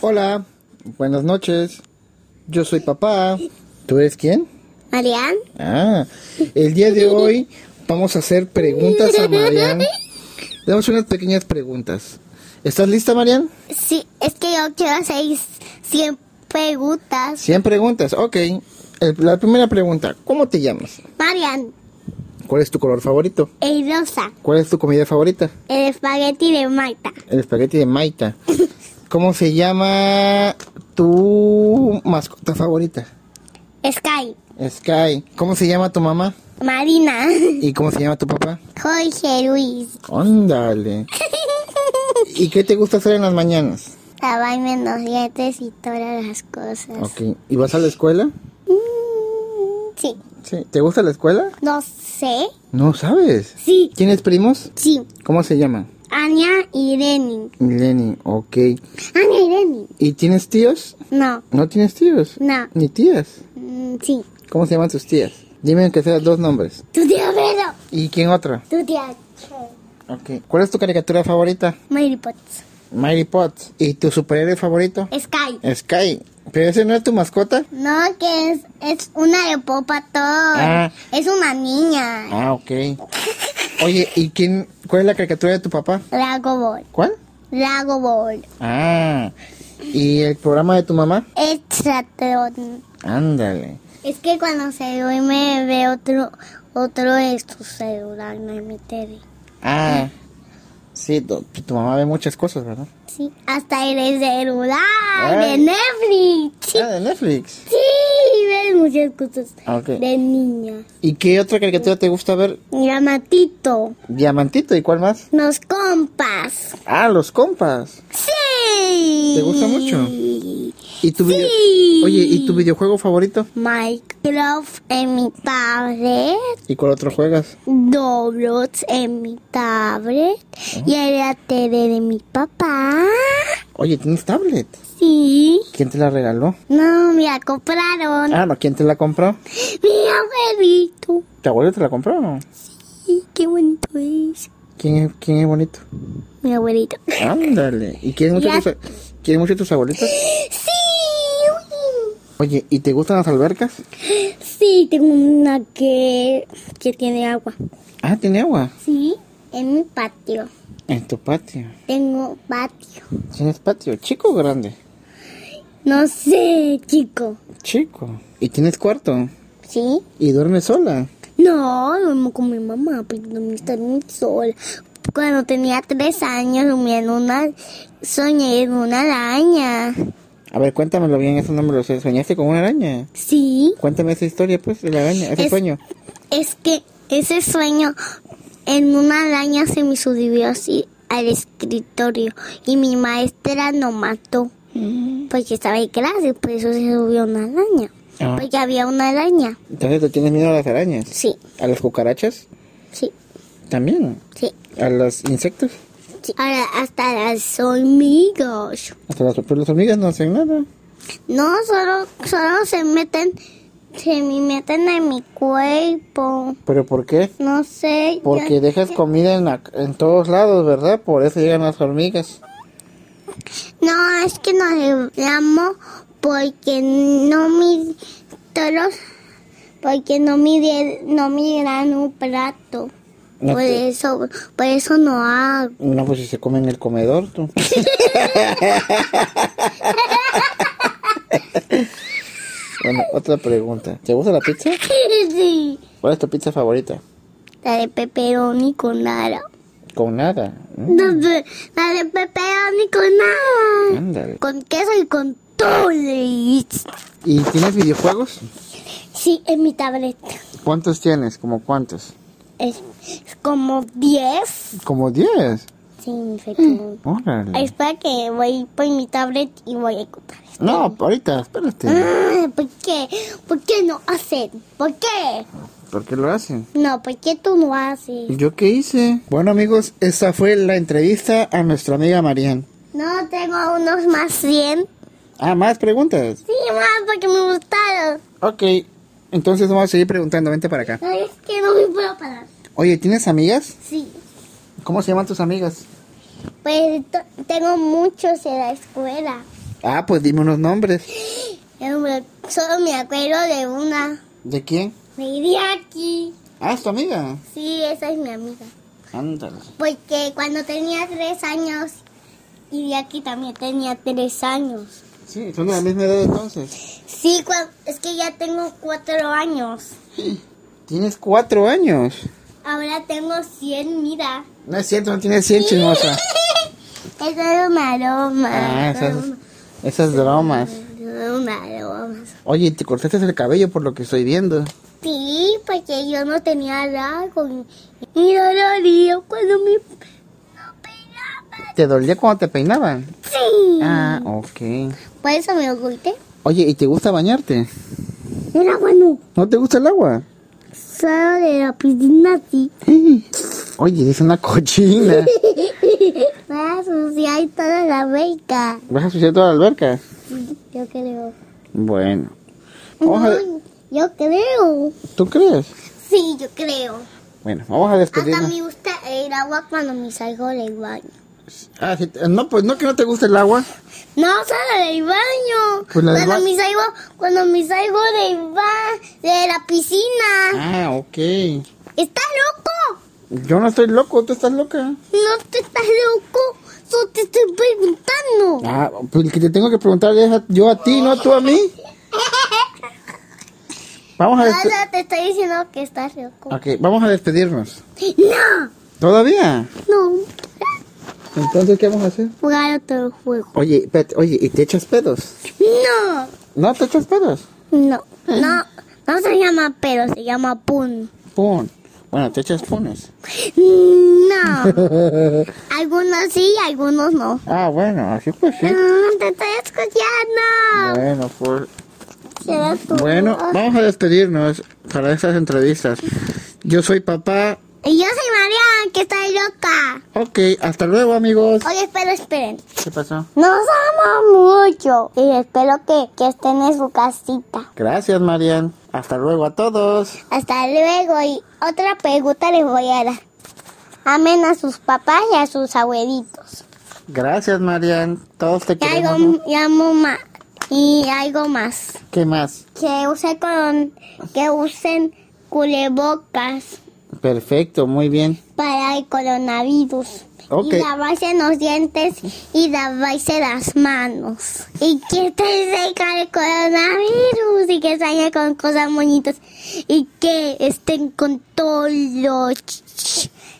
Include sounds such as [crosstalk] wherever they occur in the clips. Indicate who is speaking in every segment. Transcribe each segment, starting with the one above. Speaker 1: Hola, buenas noches. Yo soy papá. ¿Tú eres quién?
Speaker 2: Marian,
Speaker 1: Ah, el día de hoy vamos a hacer preguntas a Marian. Le damos unas pequeñas preguntas. ¿Estás lista, Marian?
Speaker 2: sí, es que yo quiero hacer 100 preguntas.
Speaker 1: 100 preguntas, ok. El- la primera pregunta, ¿cómo te llamas?
Speaker 2: Marian,
Speaker 1: ¿Cuál es tu color favorito?
Speaker 2: el rosa,
Speaker 1: ¿Cuál es tu comida favorita?
Speaker 2: el espagueti de Marta,
Speaker 1: El espagueti de Maita. ¿Cómo se llama tu mascota favorita?
Speaker 2: Sky,
Speaker 1: Sky. ¿Cómo se llama tu mamá?
Speaker 2: Marina, [laughs]
Speaker 1: ¿Y cómo se llama tu papá?
Speaker 2: Jorge Luis,
Speaker 1: Ándale. ¿Y qué te gusta hacer en las mañanas?
Speaker 2: lavarme los dientes y todas las cosas.
Speaker 1: Ok. ¿Y vas a la escuela?
Speaker 2: Mm, sí,
Speaker 1: Sí. ¿Te gusta la escuela?
Speaker 2: no sé,
Speaker 1: No sabes.
Speaker 2: sí,
Speaker 1: ¿Tienes primos?
Speaker 2: sí,
Speaker 1: ¿Cómo se llaman?
Speaker 2: Ania y Irene,
Speaker 1: Lenny, ok.
Speaker 2: Ania y Irene,
Speaker 1: ¿Y tienes tíos?
Speaker 2: no,
Speaker 1: No tienes tíos.
Speaker 2: no,
Speaker 1: Ni tías.
Speaker 2: Mm, sí,
Speaker 1: ¿Cómo se llaman tus tías? Dime aunque sean dos nombres.
Speaker 2: tu tío Pedro,
Speaker 1: ¿Y quién otra?
Speaker 2: tu tía Che,
Speaker 1: Ok. ¿Cuál es tu caricatura favorita?
Speaker 2: Mary Potts,
Speaker 1: Mary Potts. ¿Y tu superhéroe favorito?
Speaker 2: Sky.
Speaker 1: Sky. ¿Pero ese no es tu mascota?
Speaker 2: No, que es, es una de Popa Todd.
Speaker 1: Ah.
Speaker 2: Es una niña.
Speaker 1: Ah, ok. Oye, ¿y quién? ¿Cuál es la caricatura de tu papá?
Speaker 2: Drago Ball.
Speaker 1: ¿Cuál?
Speaker 2: Drago Ball.
Speaker 1: Ah, ¿y el programa de tu mamá?
Speaker 2: Extraterón.
Speaker 1: Ándale.
Speaker 2: Es que cuando se duerme ve otro, otro de su celular en mi tele.
Speaker 1: Ah, sí, tu, tu mamá ve muchas cosas, ¿verdad?
Speaker 2: Sí, hasta el celular
Speaker 1: Ay.
Speaker 2: de Netflix.
Speaker 1: Ah, de Netflix. Ah,
Speaker 2: Sí, ves muchas cosas
Speaker 1: Ok.
Speaker 2: de niña.
Speaker 1: ¿Y qué otra caricatura te gusta ver?
Speaker 2: Mira, Matito.
Speaker 1: Diamantito, ¿y cuál más?
Speaker 2: Los compas.
Speaker 1: Ah, los compas.
Speaker 2: Sí.
Speaker 1: ¿Te gusta mucho? ¿Y tu video-
Speaker 2: Sí.
Speaker 1: Oye, ¿y tu videojuego favorito?
Speaker 2: Minecraft en mi tablet,
Speaker 1: ¿Y cuál otro juegas?
Speaker 2: Roblox en mi tablet y en la tele de mi papá.
Speaker 1: Oye, ¿tienes tablet?
Speaker 2: Sí.
Speaker 1: ¿Quién te la regaló?
Speaker 2: No, me la compraron.
Speaker 1: Ah, no, ¿quién te la compró?
Speaker 2: Mi abuelito.
Speaker 1: ¿Tu abuelo te la compró o no?
Speaker 2: Sí, qué bonito es.
Speaker 1: ¿Quién es, quién es bonito?
Speaker 2: Mi abuelito.
Speaker 1: Ándale. ¿Y quieren mucho,
Speaker 2: Ya.
Speaker 1: tus, quieren mucho tus abuelitos?
Speaker 2: Sí. uy.
Speaker 1: Oye, ¿y te gustan las albercas?
Speaker 2: Sí, tengo una que, que tiene agua.
Speaker 1: Ah, tiene agua.
Speaker 2: Sí, en mi patio.
Speaker 1: En tu patio.
Speaker 2: Tengo patio.
Speaker 1: ¿Tienes patio? ¿Chico o grande?
Speaker 2: No sé, chico.
Speaker 1: Chico. ¿Y tienes cuarto?
Speaker 2: Sí.
Speaker 1: ¿Y duermes sola?
Speaker 2: No, duermo con mi mamá, porque no está muy sola. Cuando tenía tres años, dormía en una, soñé en una araña.
Speaker 1: A ver, cuéntamelo bien, eso no me lo sé. ¿Soñaste con una araña?
Speaker 2: Sí,
Speaker 1: Cuéntame esa historia, pues, de la araña, ese
Speaker 2: Es-
Speaker 1: sueño.
Speaker 2: es que ese sueño en una araña se me subió así al escritorio y mi maestra no mató porque estaba en clase, por eso se subió una araña.
Speaker 1: Ah.
Speaker 2: Porque había una araña.
Speaker 1: Entonces, ¿te tienes miedo a las arañas?
Speaker 2: Sí,
Speaker 1: ¿A las cucarachas?
Speaker 2: sí,
Speaker 1: También.
Speaker 2: sí.
Speaker 1: ¿A los insectos?
Speaker 2: sí. Ahora hasta las hormigas.
Speaker 1: Hasta las, pero las hormigas no hacen nada.
Speaker 2: No, solo, solo se meten, se me meten en mi cuerpo.
Speaker 1: ¿Pero por qué?
Speaker 2: No sé.
Speaker 1: Porque
Speaker 2: yo-
Speaker 1: dejas comida en, la- en todos lados, ¿verdad? Por eso llegan las hormigas.
Speaker 2: No, es que no reclamo porque no mi todos, porque no mi die- no mi dan un plato.
Speaker 1: No
Speaker 2: por
Speaker 1: te-
Speaker 2: eso, por eso no hago. [laughs]
Speaker 1: No, pues si se comen el comedor, tú. bueno, otra pregunta. ¿Te gusta la pizza?
Speaker 2: sí.
Speaker 1: ¿Cuál es tu pizza favorita?
Speaker 2: La de pepperoni con nada.
Speaker 1: Con nada. Mm,
Speaker 2: La de, la de pepperoni con nada.
Speaker 1: Ándale.
Speaker 2: Con queso y con todo.
Speaker 1: ¿Y tienes videojuegos?
Speaker 2: Sí, en mi tableta.
Speaker 1: ¿Cuántos tienes? ¿Como cuántos?
Speaker 2: Es, es como 10.
Speaker 1: Como 10.
Speaker 2: Sí, efectivamente.
Speaker 1: Órale.
Speaker 2: Espera que voy por mi tablet y voy a contar.
Speaker 1: No, ahorita, espérate.
Speaker 2: Ah, ¿Por qué? ¿Por qué no hacen? ¿Por qué?
Speaker 1: ¿Por qué lo hacen?
Speaker 2: No, ¿por qué tú no haces?
Speaker 1: ¿Yo qué hice? Bueno, amigos, esa fue la entrevista a nuestra amiga Marian.
Speaker 2: No, tengo unos más 100.
Speaker 1: Ah, ¿más preguntas?
Speaker 2: Sí, más porque me gustaron.
Speaker 1: Ok. Entonces vamos a seguir preguntando. Vente para acá.
Speaker 2: No, es que no me puedo parar.
Speaker 1: Oye, ¿tienes amigas?
Speaker 2: Sí.
Speaker 1: ¿Cómo se llaman tus amigas?
Speaker 2: Pues to- tengo muchos en la escuela.
Speaker 1: Ah, pues dime unos nombres.
Speaker 2: Yo me- solo me acuerdo de una.
Speaker 1: ¿De quién?
Speaker 2: Me iría aquí.
Speaker 1: Ah, es tu amiga.
Speaker 2: Sí, esa es mi amiga.
Speaker 1: Ándale.
Speaker 2: Porque cuando tenía tres años, y aquí también tenía tres años.
Speaker 1: Sí, son de la misma edad entonces.
Speaker 2: Sí, cua- es que ya tengo cuatro años.
Speaker 1: Tienes cuatro años.
Speaker 2: Ahora tengo cien, mira.
Speaker 1: No es cierto, no tienes cien, chismosa.
Speaker 2: Eso es un aroma.
Speaker 1: Ah, esas, esas bromas.
Speaker 2: Es un aroma.
Speaker 1: Oye, te cortaste el cabello por lo que estoy viendo.
Speaker 2: Sí, porque yo no tenía largo. Y y dolorío cuando me no peinaba.
Speaker 1: ¿Te dolía cuando te peinaban?
Speaker 2: Sí.
Speaker 1: Ah, ok.
Speaker 2: Por eso me oculté.
Speaker 1: Oye, ¿y te gusta bañarte?
Speaker 2: Era bueno.
Speaker 1: ¿No te gusta el agua? [gasps]
Speaker 2: Solo de la piscina, sí.
Speaker 1: Oye, es una [laughs] cochina.
Speaker 2: Voy a asociar toda la beca.
Speaker 1: ¿Vas a suciar toda la alberca?
Speaker 2: Yo creo.
Speaker 1: Bueno. Vamos a-
Speaker 2: No, yo creo.
Speaker 1: ¿Tú crees?
Speaker 2: Sí, yo creo.
Speaker 1: Bueno, vamos a
Speaker 2: Hasta
Speaker 1: despedirnos.
Speaker 2: me gusta el agua cuando me salgo del baño.
Speaker 1: Ah, sí, eh, no, pues no que no te gusta el agua.
Speaker 2: No, solo del baño.
Speaker 1: Pues la del
Speaker 2: cuando
Speaker 1: ba-
Speaker 2: me salgo, cuando me salgo del ba- de la piscina.
Speaker 1: Ah, ok.
Speaker 2: ¿Estás loco?
Speaker 1: Yo no estoy loco, tú estás loca.
Speaker 2: No te estás loco. Solo te estoy preguntando.
Speaker 1: Ah, pues el que te tengo que preguntar es a- yo a ti, no tú a mí. Ah, Vamos a,
Speaker 2: No,
Speaker 1: despe-
Speaker 2: solo te estoy diciendo que estás loco.
Speaker 1: Ok, vamos a despedirnos.
Speaker 2: No,
Speaker 1: ¿Todavía?
Speaker 2: no.
Speaker 1: Entonces, ¿qué vamos a hacer?
Speaker 2: Jugar otro juego.
Speaker 1: Oye, espérate, oye, ¿y te echas pedos?
Speaker 2: No,
Speaker 1: ¿No te echas pedos?
Speaker 2: no, no. No se llama pero, se llama pun.
Speaker 1: Pon. Bueno, te echas [laughs] punes.
Speaker 2: No. Algunos sí, algunos no.
Speaker 1: ah, bueno, así pues sí.
Speaker 2: No, te estoy escuchando.
Speaker 1: Bueno, pues.
Speaker 2: Serás tú.
Speaker 1: Bueno, vamos a despedirnos para estas entrevistas. Yo soy papá.
Speaker 2: Y yo soy María, que estoy loca.
Speaker 1: Ok, hasta luego, amigos.
Speaker 2: Oye, espera, esperen.
Speaker 1: ¿Qué pasó?
Speaker 2: Nos amo mucho y espero que, que estén en su casita.
Speaker 1: Gracias, Marian. Hasta luego a todos.
Speaker 2: Hasta luego y otra pregunta les voy a dar. Amen a sus papás y a sus abuelitos.
Speaker 1: Gracias, Marian. Todos te
Speaker 2: Y
Speaker 1: queremos. ¿no?
Speaker 2: algo, y amo ma- y algo más.
Speaker 1: ¿Qué más?
Speaker 2: Que use con, que usen cubrebocas
Speaker 1: Perfecto, muy bien.
Speaker 2: para el coronavirus.
Speaker 1: Ok.
Speaker 2: Y lavarse los dientes y lavarse las manos. Y que esté cerca del coronavirus y que salga con cosas bonitas. Y que estén con todos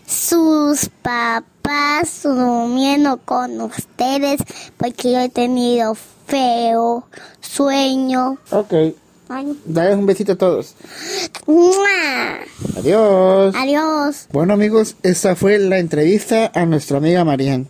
Speaker 2: sus papás durmiendo con ustedes. Porque yo he tenido feo sueño.
Speaker 1: Ok,
Speaker 2: Ay.
Speaker 1: dale un besito a todos.
Speaker 2: ¡Mua!
Speaker 1: Adiós.
Speaker 2: Adiós.
Speaker 1: Bueno amigos, esta fue la entrevista a nuestra amiga Marian.